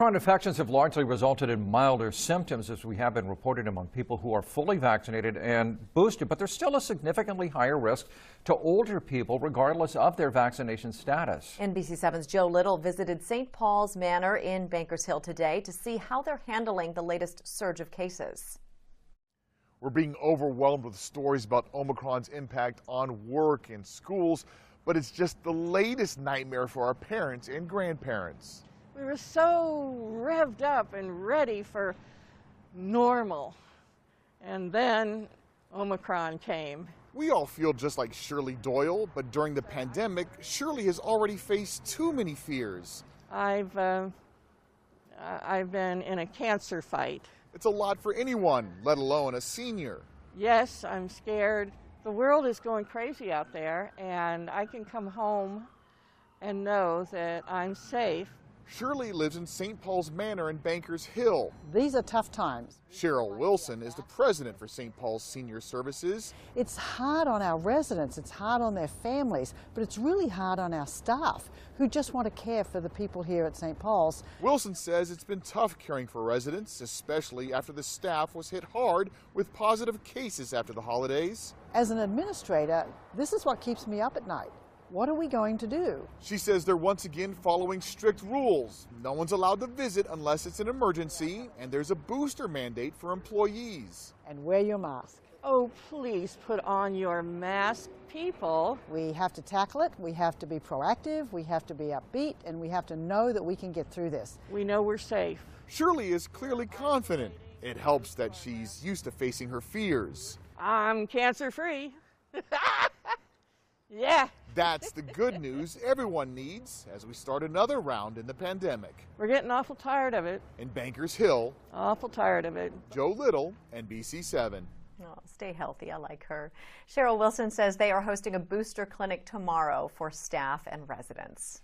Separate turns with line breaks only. Current infections have largely resulted in milder symptoms, as we have been reported among people who are fully vaccinated and boosted, but there's still a significantly higher risk to older people, regardless of their vaccination status.
NBC7's Joe Little visited St. Paul's Manor in Bankers Hill today to see how they're handling the latest surge of cases.
We're being overwhelmed with stories about Omicron's impact on work and schools, but it's just the latest nightmare for our parents and grandparents.
We were so revved up and ready for normal. And then Omicron came.
We all feel just like Shirley Doyle, but during the pandemic, Shirley has already faced too many fears.
I've, uh, I- I've been in a cancer fight.
It's a lot for anyone, let alone a senior.
Yes, I'm scared. The world is going crazy out there, and I can come home and know that I'm safe
Shirley lives in St. Paul's Manor in Bankers Hill.
These are tough times.
Cheryl Wilson is the president for St. Paul's Senior Services.
It's hard on our residents, it's hard on their families, but it's really hard on our staff who just want to care for the people here at St. Paul's.
Wilson says it's been tough caring for residents, especially after the staff was hit hard with positive cases after the holidays.
As an administrator, this is what keeps me up at night. What are we going to do?
She says they're once again following strict rules. No one's allowed to visit unless it's an emergency, and there's a booster mandate for employees.
And wear your mask.
Oh, please put on your mask, people.
We have to tackle it, we have to be proactive, we have to be upbeat, and we have to know that we can get through this.
We know we're safe.
Shirley is clearly confident. It helps that she's used to facing her fears.
I'm cancer free. yeah,
That's the good news everyone needs as we start another round in the pandemic.
we're getting awful tired of it.
In Bankers Hill,
Awful tired of it.
Joe Little, NBC7.
Oh, stay healthy. I like her. Cheryl Wilson says they are hosting a booster clinic tomorrow for staff and residents.